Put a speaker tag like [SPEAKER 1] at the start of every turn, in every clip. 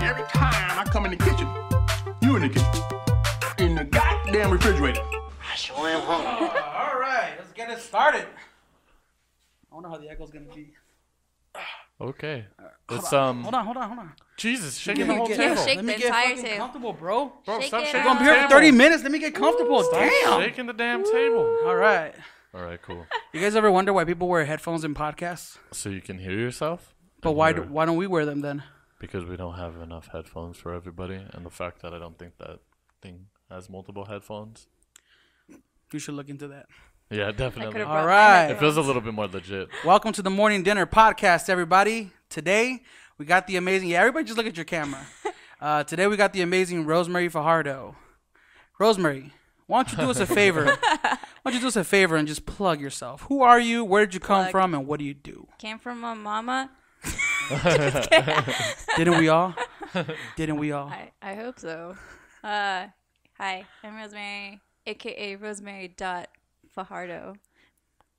[SPEAKER 1] every time I come in the kitchen, you in the kitchen, in the goddamn refrigerator.
[SPEAKER 2] I sure am hungry.
[SPEAKER 3] All right, let's get it started. I don't know how the echo's gonna be.
[SPEAKER 4] Okay.
[SPEAKER 5] Uh,
[SPEAKER 3] Hold
[SPEAKER 4] Let's
[SPEAKER 3] on,
[SPEAKER 4] um.
[SPEAKER 3] Hold on, hold on, hold on.
[SPEAKER 4] Jesus, shaking
[SPEAKER 3] Let
[SPEAKER 4] the
[SPEAKER 3] me
[SPEAKER 4] whole
[SPEAKER 3] get-
[SPEAKER 4] table.
[SPEAKER 5] shake
[SPEAKER 3] Let me
[SPEAKER 5] the
[SPEAKER 3] get
[SPEAKER 5] entire
[SPEAKER 3] fucking
[SPEAKER 5] table.
[SPEAKER 3] comfortable, bro.
[SPEAKER 4] Bro,
[SPEAKER 5] Shake
[SPEAKER 4] stop
[SPEAKER 5] it
[SPEAKER 4] shaking
[SPEAKER 5] out.
[SPEAKER 3] I'm
[SPEAKER 4] the
[SPEAKER 3] here
[SPEAKER 4] table.
[SPEAKER 3] for 30 minutes. Let me get comfortable. Damn.
[SPEAKER 4] Shaking the damn table.
[SPEAKER 3] All right.
[SPEAKER 4] All right, cool.
[SPEAKER 3] You guys ever wonder why people wear headphones in podcasts?
[SPEAKER 4] So you can hear yourself.
[SPEAKER 3] But
[SPEAKER 4] and
[SPEAKER 3] why do,
[SPEAKER 4] hear-
[SPEAKER 3] why don't we wear them then?
[SPEAKER 4] Because we don't have enough headphones for everybody, and the fact that I don't think that thing has multiple headphones.
[SPEAKER 3] You should look into that.
[SPEAKER 4] Yeah,
[SPEAKER 5] Could
[SPEAKER 4] definitely.
[SPEAKER 5] have
[SPEAKER 3] All
[SPEAKER 5] brought my
[SPEAKER 3] right.
[SPEAKER 4] It feels a little bit more legit.
[SPEAKER 3] Welcome to the Morning Dinner Podcast, everybody. Today, we got the amazing. Yeah, everybody just look at your camera. Uh, today, we got the amazing Rosemary Fajardo. Rosemary, why don't you do us a favor? why don't you do us a favor and just plug yourself? Who are you? Where did you come
[SPEAKER 5] Plug.
[SPEAKER 3] from? And what do you do?
[SPEAKER 5] Came from my mama.
[SPEAKER 3] Didn't we all? Didn't we all?
[SPEAKER 5] I, I hope so. Uh, hi, I'm Rosemary, aka Rosemary dot Fajardo.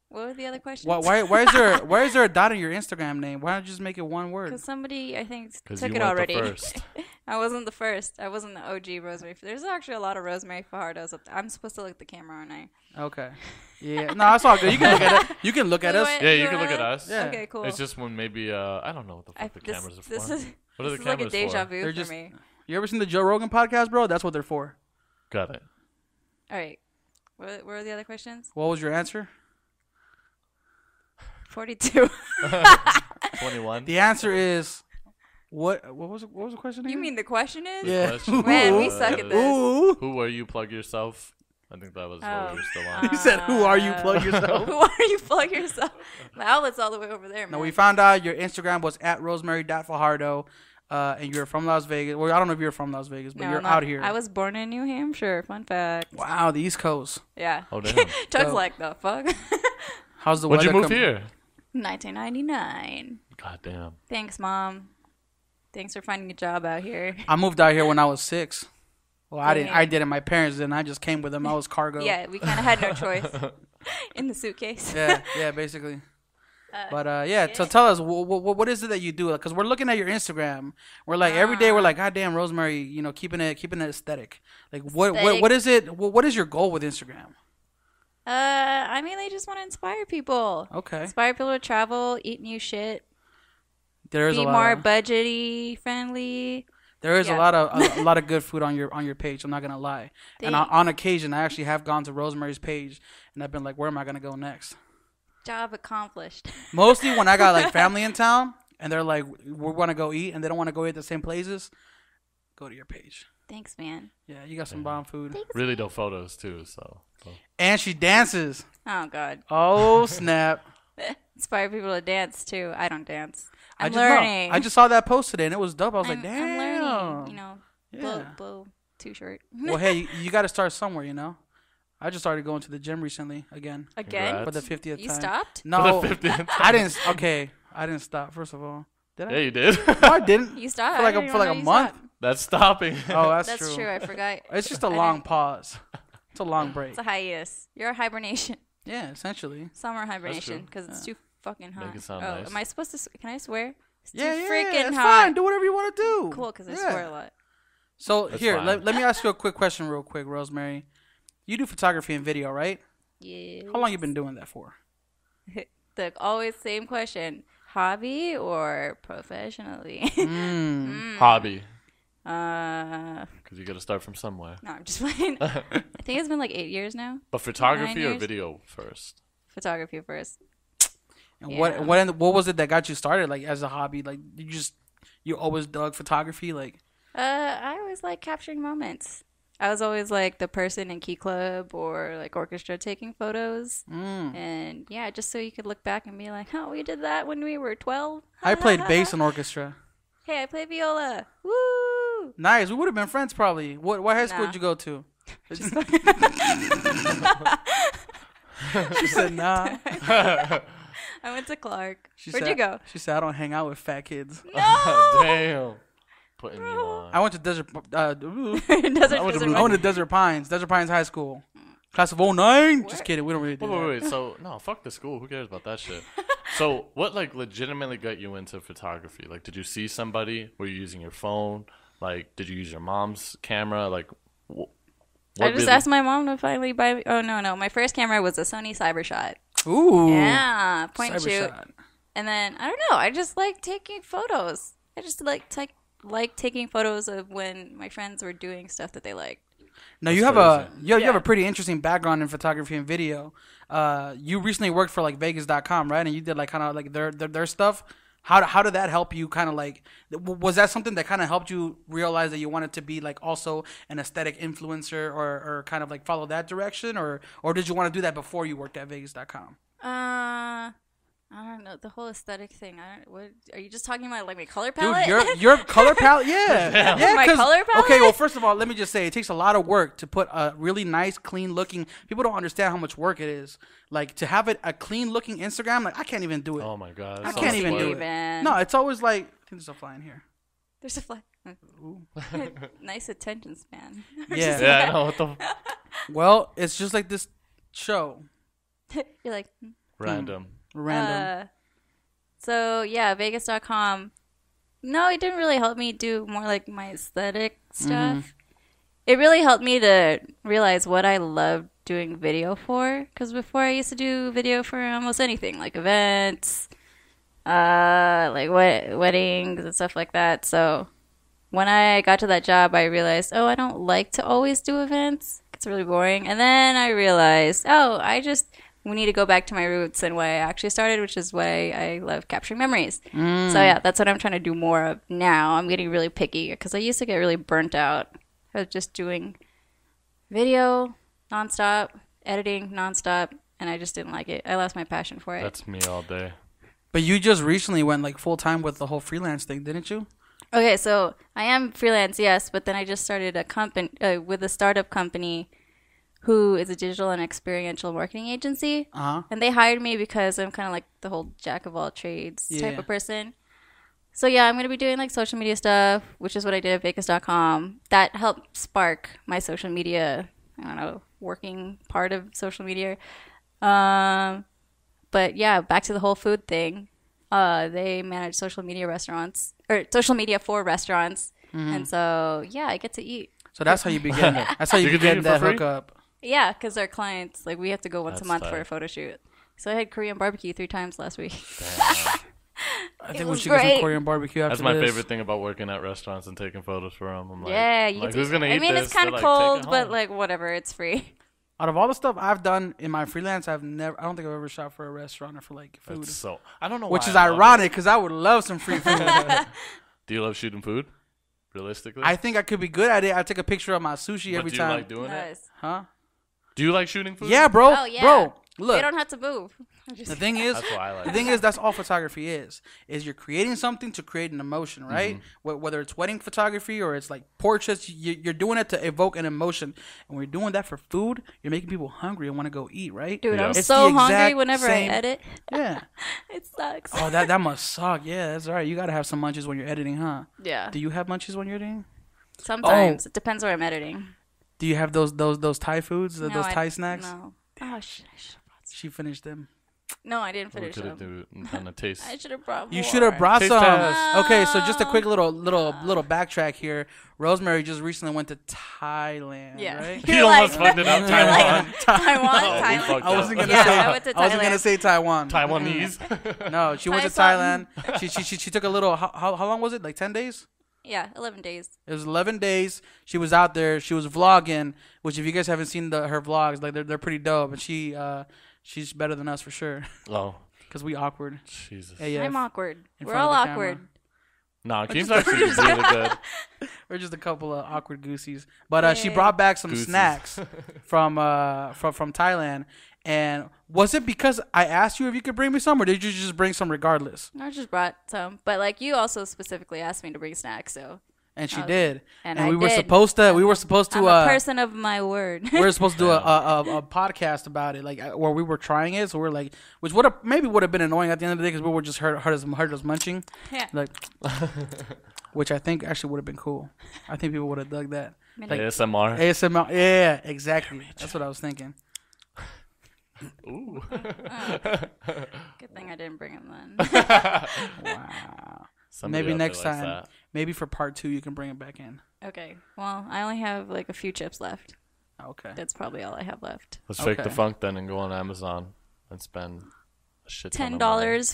[SPEAKER 5] What was the other question?
[SPEAKER 3] Why, why, why is there why is there a dot in your Instagram name? Why don't you just make it one word?
[SPEAKER 5] Because somebody I think
[SPEAKER 4] Because
[SPEAKER 5] took
[SPEAKER 4] you
[SPEAKER 5] it
[SPEAKER 4] weren't
[SPEAKER 5] already.
[SPEAKER 4] the first.
[SPEAKER 5] I wasn't the first. I wasn't the OG Rosemary. There's actually a lot of Rosemary Fajardos up there. I'm supposed to look at the camera, aren't I?
[SPEAKER 3] Okay. Yeah. No, that's all good. You can look at it. You can look at
[SPEAKER 5] You
[SPEAKER 3] us.
[SPEAKER 5] were-
[SPEAKER 4] Yeah, you
[SPEAKER 5] were
[SPEAKER 4] can look at
[SPEAKER 5] right?
[SPEAKER 4] us. Yeah.
[SPEAKER 5] Okay, cool.
[SPEAKER 4] It's just when maybe uh, I don't know what the fuck
[SPEAKER 5] I-
[SPEAKER 4] the
[SPEAKER 5] this-
[SPEAKER 4] cameras are for.
[SPEAKER 5] This is,
[SPEAKER 4] what are the
[SPEAKER 5] this is like a
[SPEAKER 4] cameras
[SPEAKER 5] deja
[SPEAKER 4] for?
[SPEAKER 5] vu
[SPEAKER 3] They're
[SPEAKER 5] for
[SPEAKER 3] just-
[SPEAKER 5] me.
[SPEAKER 3] You ever seen the Joe Rogan podcast, bro? That's what they're for.
[SPEAKER 4] Got it.
[SPEAKER 5] All right. What, what are the other questions?
[SPEAKER 3] What was your answer?
[SPEAKER 5] 42.
[SPEAKER 4] Twenty-one.
[SPEAKER 3] The answer is what? What was it- what was the question?
[SPEAKER 5] you
[SPEAKER 3] again?
[SPEAKER 5] mean the question is?
[SPEAKER 3] Yeah.
[SPEAKER 4] Question.
[SPEAKER 5] Man, we
[SPEAKER 4] Uh,
[SPEAKER 5] suck at this.
[SPEAKER 3] Ooh.
[SPEAKER 4] Who were you? Plug yourself. I think that was what
[SPEAKER 5] Oh.
[SPEAKER 4] we were still on.
[SPEAKER 3] He said, "Who are you? Plug yourself."
[SPEAKER 5] Who are you? Plug yourself. The outlet's all the way over there, man.
[SPEAKER 3] now we found out your Instagram was at rosemary.fajardo, uh, and you're from Las Vegas. Well, I don't know if you're from Las Vegas, but
[SPEAKER 5] No,
[SPEAKER 3] you're
[SPEAKER 5] I'm not-
[SPEAKER 3] out here.
[SPEAKER 5] I was born in New Hampshire. Fun fact.
[SPEAKER 3] wow, the East Coast.
[SPEAKER 5] Yeah.
[SPEAKER 4] Oh, damn.
[SPEAKER 5] Chuck's
[SPEAKER 3] Dope.
[SPEAKER 5] like, the fuck?
[SPEAKER 3] How's the
[SPEAKER 4] When'd
[SPEAKER 3] weather?
[SPEAKER 4] you move
[SPEAKER 3] coming-
[SPEAKER 4] here?
[SPEAKER 5] 1999.
[SPEAKER 4] God damn.
[SPEAKER 5] Thanks, Mom. Thanks for finding a job out here.
[SPEAKER 3] I moved out here when I was six. Well, I didn't.
[SPEAKER 5] Dang.
[SPEAKER 3] I didn't. My parents didn't. I just came with them. I was cargo.
[SPEAKER 5] Yeah, we kind of had no choice. in the suitcase.
[SPEAKER 3] yeah, yeah, basically. but uh, yeah, so tell us what, what what is it that you do? Because we're looking at your Instagram. We're like every day we're
[SPEAKER 5] Uh.
[SPEAKER 3] like, God damn, Rosemary, you know, keeping it keeping it aesthetic. Like what what,
[SPEAKER 5] Aesthetic.
[SPEAKER 3] what is it? What, what is your goal with Instagram?
[SPEAKER 5] Uh, I mainly just want to inspire people.
[SPEAKER 3] Okay,
[SPEAKER 5] Inspire people to travel, eat new shit,
[SPEAKER 3] there is a
[SPEAKER 5] be
[SPEAKER 3] lot.
[SPEAKER 5] more
[SPEAKER 3] Of,
[SPEAKER 5] budgety friendly.
[SPEAKER 3] there is a
[SPEAKER 5] yeah.
[SPEAKER 3] lot of a, a lot of good food on your on your page. I'm not gonna lie. And on,
[SPEAKER 5] Thanks.
[SPEAKER 3] on occasion, I actually have gone to Rosemary's page and I've been like, where am I gonna go next?
[SPEAKER 5] Job accomplished.
[SPEAKER 3] Mostly when I got like family in town and they're like, we want to go eat and they don't want to go eat at the same places. Go to your page.
[SPEAKER 5] Thanks, man.
[SPEAKER 3] Yeah, you got some bomb food.
[SPEAKER 4] Really dope photos too. So. so.
[SPEAKER 3] And she dances.
[SPEAKER 5] Oh God.
[SPEAKER 3] Oh snap!
[SPEAKER 5] Inspire people to dance too. I don't dance.
[SPEAKER 3] I
[SPEAKER 5] I'm
[SPEAKER 3] just know.
[SPEAKER 5] learning.
[SPEAKER 3] I just saw that post today and it was dope. I was
[SPEAKER 5] I'm,
[SPEAKER 3] like, damn.
[SPEAKER 5] I'm learning. You know, blow,
[SPEAKER 3] Yeah.
[SPEAKER 5] blow too short.
[SPEAKER 3] well, hey, you, you got to start somewhere, you know. I just started going to the gym recently again
[SPEAKER 5] Again,
[SPEAKER 3] for the
[SPEAKER 4] That's-
[SPEAKER 3] fiftieth time.
[SPEAKER 5] you stopped.
[SPEAKER 3] No,
[SPEAKER 4] For the 50th
[SPEAKER 3] I didn't. Okay, I didn't stop. First of all, did I?
[SPEAKER 4] Yeah, you did.
[SPEAKER 3] No, I didn't.
[SPEAKER 5] You stopped.
[SPEAKER 3] for like
[SPEAKER 5] I
[SPEAKER 3] a,
[SPEAKER 5] didn't
[SPEAKER 3] for like a
[SPEAKER 5] even know you
[SPEAKER 3] month.
[SPEAKER 5] stopped.
[SPEAKER 4] That's stopping.
[SPEAKER 3] Oh, that's,
[SPEAKER 5] That's true. I forgot.
[SPEAKER 3] It's just a
[SPEAKER 5] I
[SPEAKER 3] long
[SPEAKER 5] didn't-
[SPEAKER 3] pause. It's a long break.
[SPEAKER 5] It's a hiatus. You're a hibernation.
[SPEAKER 3] Yeah, essentially.
[SPEAKER 5] Summer hibernation
[SPEAKER 4] true.
[SPEAKER 5] because it's too fucking hot.
[SPEAKER 4] Make it sound
[SPEAKER 5] oh,
[SPEAKER 4] nice.
[SPEAKER 5] am I supposed to? s- Can I swear? It's
[SPEAKER 3] Yeah,
[SPEAKER 5] too
[SPEAKER 3] yeah,
[SPEAKER 5] freaking
[SPEAKER 3] yeah, it's
[SPEAKER 5] hot.
[SPEAKER 3] fine. Do whatever you want to do.
[SPEAKER 5] Cool, because I
[SPEAKER 3] Yeah.
[SPEAKER 5] swear a lot.
[SPEAKER 3] So
[SPEAKER 4] That's
[SPEAKER 3] here,
[SPEAKER 4] fine.
[SPEAKER 3] let, let me ask you a quick question, real quick, Rosemary. You do photography and video, right?
[SPEAKER 5] Yeah.
[SPEAKER 3] How long you been doing that for?
[SPEAKER 5] The always same question: hobby or professionally?
[SPEAKER 3] Mm.
[SPEAKER 5] Mm,
[SPEAKER 4] Hobby.
[SPEAKER 5] uh,
[SPEAKER 4] Because you got to start from somewhere.
[SPEAKER 5] no, I'm just playing. I think it's been like eight years now.
[SPEAKER 4] But photography or
[SPEAKER 5] years.
[SPEAKER 4] video first?
[SPEAKER 5] Photography first.
[SPEAKER 3] And
[SPEAKER 5] Yeah.
[SPEAKER 3] what what in- what was it that got you started, like as a hobby? Like you just you always dug photography, like
[SPEAKER 5] Uh, I always like capturing moments. I was always like the person in Key Club or like orchestra taking photos.
[SPEAKER 3] Mm.
[SPEAKER 5] And yeah, just so you could look back and be like, oh, we did that when we were 12.
[SPEAKER 3] I played bass in orchestra.
[SPEAKER 5] Hey, I play viola. Woo!
[SPEAKER 3] Nice, we would have been friends probably. What what high school
[SPEAKER 5] Nah.
[SPEAKER 3] did you go to? she said nah.
[SPEAKER 5] I went to Clark.
[SPEAKER 3] She
[SPEAKER 5] Where'd
[SPEAKER 3] said,
[SPEAKER 5] you go?
[SPEAKER 3] She said I don't hang out with fat kids.
[SPEAKER 4] Damn. Putting you on.
[SPEAKER 3] I went to desert. Uh,
[SPEAKER 5] Desert
[SPEAKER 4] went to
[SPEAKER 5] Desert
[SPEAKER 3] I
[SPEAKER 4] Blue
[SPEAKER 5] Mountain.
[SPEAKER 3] went to Desert Pines, Desert Pines High School, class of 09. Just kidding, we don't really do
[SPEAKER 4] Wait, wait,
[SPEAKER 3] that.
[SPEAKER 4] wait. So no, fuck the school. Who cares about that shit? So, what like legitimately got you into photography? Like, did you see somebody? Were you using your phone? Like, did you use your mom's camera? Like, wh- what
[SPEAKER 5] I just
[SPEAKER 4] really-
[SPEAKER 5] asked my mom to finally buy me. Oh, no, no. My first camera was a Sony Cybershot.
[SPEAKER 3] Ooh.
[SPEAKER 5] Yeah, point
[SPEAKER 3] Cyber
[SPEAKER 5] shoot.
[SPEAKER 3] shot.
[SPEAKER 5] And then, I don't know. I just like taking photos. I just like take like taking photos of when my friends were doing stuff that they liked.
[SPEAKER 3] Now you have a you, you have
[SPEAKER 5] Yeah.
[SPEAKER 3] a pretty interesting background in photography and video. Uh, you recently worked for like Vegas.com, right? And you did like kind of like their, their their stuff. How how did that help you? Kind of like w- was that something that kind of helped you realize that you wanted to be like also an aesthetic influencer or or kind of like follow that direction or or did you want to do that before you worked at Vegas.com?
[SPEAKER 5] Uh, I don't know the whole aesthetic thing. I don't. What are you just talking about? Like my color
[SPEAKER 3] Dude,
[SPEAKER 5] palette?
[SPEAKER 3] your your color palette, yeah, yeah.
[SPEAKER 5] My
[SPEAKER 3] 'cause-
[SPEAKER 5] color
[SPEAKER 3] Okay,
[SPEAKER 5] palette?
[SPEAKER 3] well, first of all, let me just say it takes a lot of work to put a really nice, clean looking. People don't understand how much work it is. Like to have it a clean looking Instagram, like I can't even do it.
[SPEAKER 4] Oh my god!
[SPEAKER 3] I
[SPEAKER 4] so
[SPEAKER 3] can't
[SPEAKER 4] much
[SPEAKER 3] even do
[SPEAKER 4] work.
[SPEAKER 3] it.
[SPEAKER 5] Even.
[SPEAKER 3] No, it's always like I think there's a fly in here.
[SPEAKER 5] There's a fly. nice attention span.
[SPEAKER 3] Yeah.
[SPEAKER 4] Yeah, I know what the
[SPEAKER 3] Well, it's just like this show,
[SPEAKER 5] You're like hmm,
[SPEAKER 4] random.
[SPEAKER 3] random.
[SPEAKER 5] Uh, so yeah, Vegas.com. No, it didn't really help me do more like my aesthetic stuff. It really helped me to realize what I loved doing video for. Because before I used to do video for almost anything, like events, uh, like wed- weddings and stuff like that. So when I got to that job, I realized, oh, I don't like to always do events. It's really boring. And then I realized, oh, I just we need to go back to my roots and why I actually started, which is why I love capturing memories. So yeah, that's what I'm trying to do more of now. I'm getting really picky because I used to get really burnt out of just doing video nonstop, editing nonstop, and I just didn't like it. I lost my passion for it.
[SPEAKER 4] That's me all day.
[SPEAKER 3] But you just recently went like full time with the whole freelance thing, didn't you?
[SPEAKER 5] Okay, so I am freelance, yes, but then I just started a company uh, with a startup company who is a digital and experiential marketing agency.
[SPEAKER 3] Uh huh.
[SPEAKER 5] And they hired me because I'm kind of like the whole jack of all trades
[SPEAKER 3] Yeah.
[SPEAKER 5] type of person. So yeah, I'm going to be doing like social media stuff, which is what I did at Vegas.com. That helped spark my social media, I don't know, working part of social media. Um, but yeah, back to the whole food thing. Uh, they manage social media restaurants or social media for restaurants.
[SPEAKER 4] Mm-hmm.
[SPEAKER 5] And so yeah, I get to eat.
[SPEAKER 3] So that's how you began. that's how you,
[SPEAKER 4] You could do
[SPEAKER 3] began
[SPEAKER 4] it for
[SPEAKER 3] that
[SPEAKER 4] free?
[SPEAKER 3] hookup.
[SPEAKER 5] Yeah, because our clients, like we have to go once
[SPEAKER 4] That's
[SPEAKER 5] a month for
[SPEAKER 4] tight.
[SPEAKER 5] a photo shoot. So I had Korean barbecue three times last week.
[SPEAKER 3] I think we
[SPEAKER 5] was
[SPEAKER 3] should get some
[SPEAKER 5] great.
[SPEAKER 3] Korean barbecue after
[SPEAKER 4] That's my
[SPEAKER 3] this.
[SPEAKER 4] favorite thing about working at restaurants and taking photos for them. I'm like,
[SPEAKER 5] Yeah,
[SPEAKER 4] I'm
[SPEAKER 5] you
[SPEAKER 4] like
[SPEAKER 5] can
[SPEAKER 4] who's gonna eat
[SPEAKER 5] I mean,
[SPEAKER 4] this?
[SPEAKER 5] it's kind
[SPEAKER 4] They're like,
[SPEAKER 5] of
[SPEAKER 4] "Take
[SPEAKER 5] cold,
[SPEAKER 4] it
[SPEAKER 5] but
[SPEAKER 4] home."
[SPEAKER 5] like whatever, it's free.
[SPEAKER 3] Out of all the stuff I've done in my freelance, I've never. I don't think I've ever shot for a restaurant or for like food,
[SPEAKER 4] It's so I don't know.
[SPEAKER 3] which
[SPEAKER 4] why
[SPEAKER 3] is
[SPEAKER 4] I love it.
[SPEAKER 3] ironic because I would love some free food.
[SPEAKER 4] Do you love shooting food? Realistically,
[SPEAKER 3] I think I could be good at it. I take a picture of my sushi
[SPEAKER 4] But
[SPEAKER 3] every
[SPEAKER 4] do you
[SPEAKER 3] time.
[SPEAKER 4] like doing it?
[SPEAKER 5] Nice.
[SPEAKER 3] huh?
[SPEAKER 4] Do you like shooting food?
[SPEAKER 3] Yeah, bro.
[SPEAKER 5] Oh yeah,
[SPEAKER 3] Bro,
[SPEAKER 5] they
[SPEAKER 3] look.
[SPEAKER 5] don't have to move.
[SPEAKER 3] The thing is,
[SPEAKER 4] That's what I like.
[SPEAKER 3] the thing is, that's all photography is. Is you're creating something to create an emotion,
[SPEAKER 4] Mm-hmm.
[SPEAKER 3] right? Wh- Whether it's wedding photography or it's like portraits, you- you're doing it to evoke an emotion. And when you're doing that for food, you're making people hungry and want to go eat, right?
[SPEAKER 5] Dude,
[SPEAKER 4] Yeah.
[SPEAKER 5] I'm
[SPEAKER 4] It's
[SPEAKER 5] so
[SPEAKER 3] the
[SPEAKER 5] hungry
[SPEAKER 3] exact
[SPEAKER 5] whenever
[SPEAKER 3] same-
[SPEAKER 5] I edit.
[SPEAKER 3] Yeah.
[SPEAKER 5] It sucks.
[SPEAKER 3] Oh, that that must suck. Yeah, that's all right. You gotta have some munchies when you're editing, huh?
[SPEAKER 5] yeah.
[SPEAKER 3] Do you have munchies when you're editing?
[SPEAKER 5] Sometimes it depends where I'm editing.
[SPEAKER 3] Do you have those those those Thai foods, th-
[SPEAKER 5] No,
[SPEAKER 3] those
[SPEAKER 5] I-
[SPEAKER 3] Thai snacks?
[SPEAKER 5] No. Oh shit! I should've brought some.
[SPEAKER 3] She finished them.
[SPEAKER 5] No, I didn't
[SPEAKER 4] We
[SPEAKER 5] finish
[SPEAKER 4] could have
[SPEAKER 5] them.
[SPEAKER 4] done a taste.
[SPEAKER 5] I should have brought.
[SPEAKER 3] You
[SPEAKER 5] more.
[SPEAKER 3] should have brought
[SPEAKER 4] Taste
[SPEAKER 3] some.
[SPEAKER 4] test.
[SPEAKER 3] Okay, so just a quick little little little backtrack here. Rosemary just recently went to Thailand,
[SPEAKER 5] Yeah.
[SPEAKER 3] right?
[SPEAKER 4] He
[SPEAKER 5] You're
[SPEAKER 4] almost
[SPEAKER 5] like-
[SPEAKER 4] fucked it up.
[SPEAKER 5] You're like,
[SPEAKER 4] Taiwan,
[SPEAKER 5] Taiwan,
[SPEAKER 4] Oh, we
[SPEAKER 5] Thailand.
[SPEAKER 4] fucked
[SPEAKER 3] I wasn't gonna
[SPEAKER 5] Yeah,
[SPEAKER 3] say.
[SPEAKER 5] I went to
[SPEAKER 3] wasn't gonna
[SPEAKER 5] Thailand.
[SPEAKER 3] say Taiwan.
[SPEAKER 4] Taiwanese.
[SPEAKER 3] No, she went to
[SPEAKER 5] Thai
[SPEAKER 3] Thailand. she, she she she took a little. How, how how long was it? Like ten days.
[SPEAKER 5] Yeah, eleven days.
[SPEAKER 3] It was 11 days. She was out there. She was vlogging, which if you guys haven't seen the, her vlogs, like they're, they're pretty dope. And she uh, she's better than us for sure,
[SPEAKER 4] oh,
[SPEAKER 3] cause we awkward.
[SPEAKER 4] Jesus.
[SPEAKER 3] AF.
[SPEAKER 5] I'm awkward.
[SPEAKER 3] in
[SPEAKER 5] We're
[SPEAKER 3] front of
[SPEAKER 5] all
[SPEAKER 3] the camera.
[SPEAKER 5] awkward.
[SPEAKER 4] Nah, Keem's actually really good.
[SPEAKER 3] We're just a couple of awkward goosies. But uh, she
[SPEAKER 5] Yay.
[SPEAKER 3] brought back some
[SPEAKER 4] Goosies.
[SPEAKER 3] snacks from uh from from Thailand. And was it because I asked you if you could bring me some, or did you just bring some regardless?
[SPEAKER 5] I just brought some, but like you also specifically asked me to bring snacks, so
[SPEAKER 3] And she
[SPEAKER 5] Oh,
[SPEAKER 3] did.
[SPEAKER 5] and I
[SPEAKER 3] we were
[SPEAKER 5] did.
[SPEAKER 3] supposed to. We were supposed to.
[SPEAKER 5] I'm
[SPEAKER 3] uh,
[SPEAKER 5] a person of my word.
[SPEAKER 3] we were supposed to do a, a, a, a podcast about it, like uh, where we were trying it. So we are like, which would have maybe would have been annoying at the end of the day because we were just heard heard us, heard us munching,
[SPEAKER 5] Yeah.
[SPEAKER 3] like, which I think actually would have been cool. I think people would have dug that
[SPEAKER 4] ASMR.
[SPEAKER 3] ASMR. Yeah, exactly. That's what I was thinking.
[SPEAKER 4] Ooh.
[SPEAKER 5] Good thing I didn't bring him then.
[SPEAKER 3] Wow.
[SPEAKER 4] Somebody
[SPEAKER 3] Maybe
[SPEAKER 4] out there
[SPEAKER 3] next
[SPEAKER 4] likes
[SPEAKER 3] time.
[SPEAKER 4] that.
[SPEAKER 3] Maybe for part two, you can bring it back in.
[SPEAKER 5] okay. Well, I only have like a few chips left.
[SPEAKER 3] Ah, Okay.
[SPEAKER 5] That's probably all I have left.
[SPEAKER 4] Let's fake the
[SPEAKER 3] Okay.
[SPEAKER 4] funk then and go on Amazon and spend a shit ton
[SPEAKER 5] Ten
[SPEAKER 4] of money.
[SPEAKER 5] dollars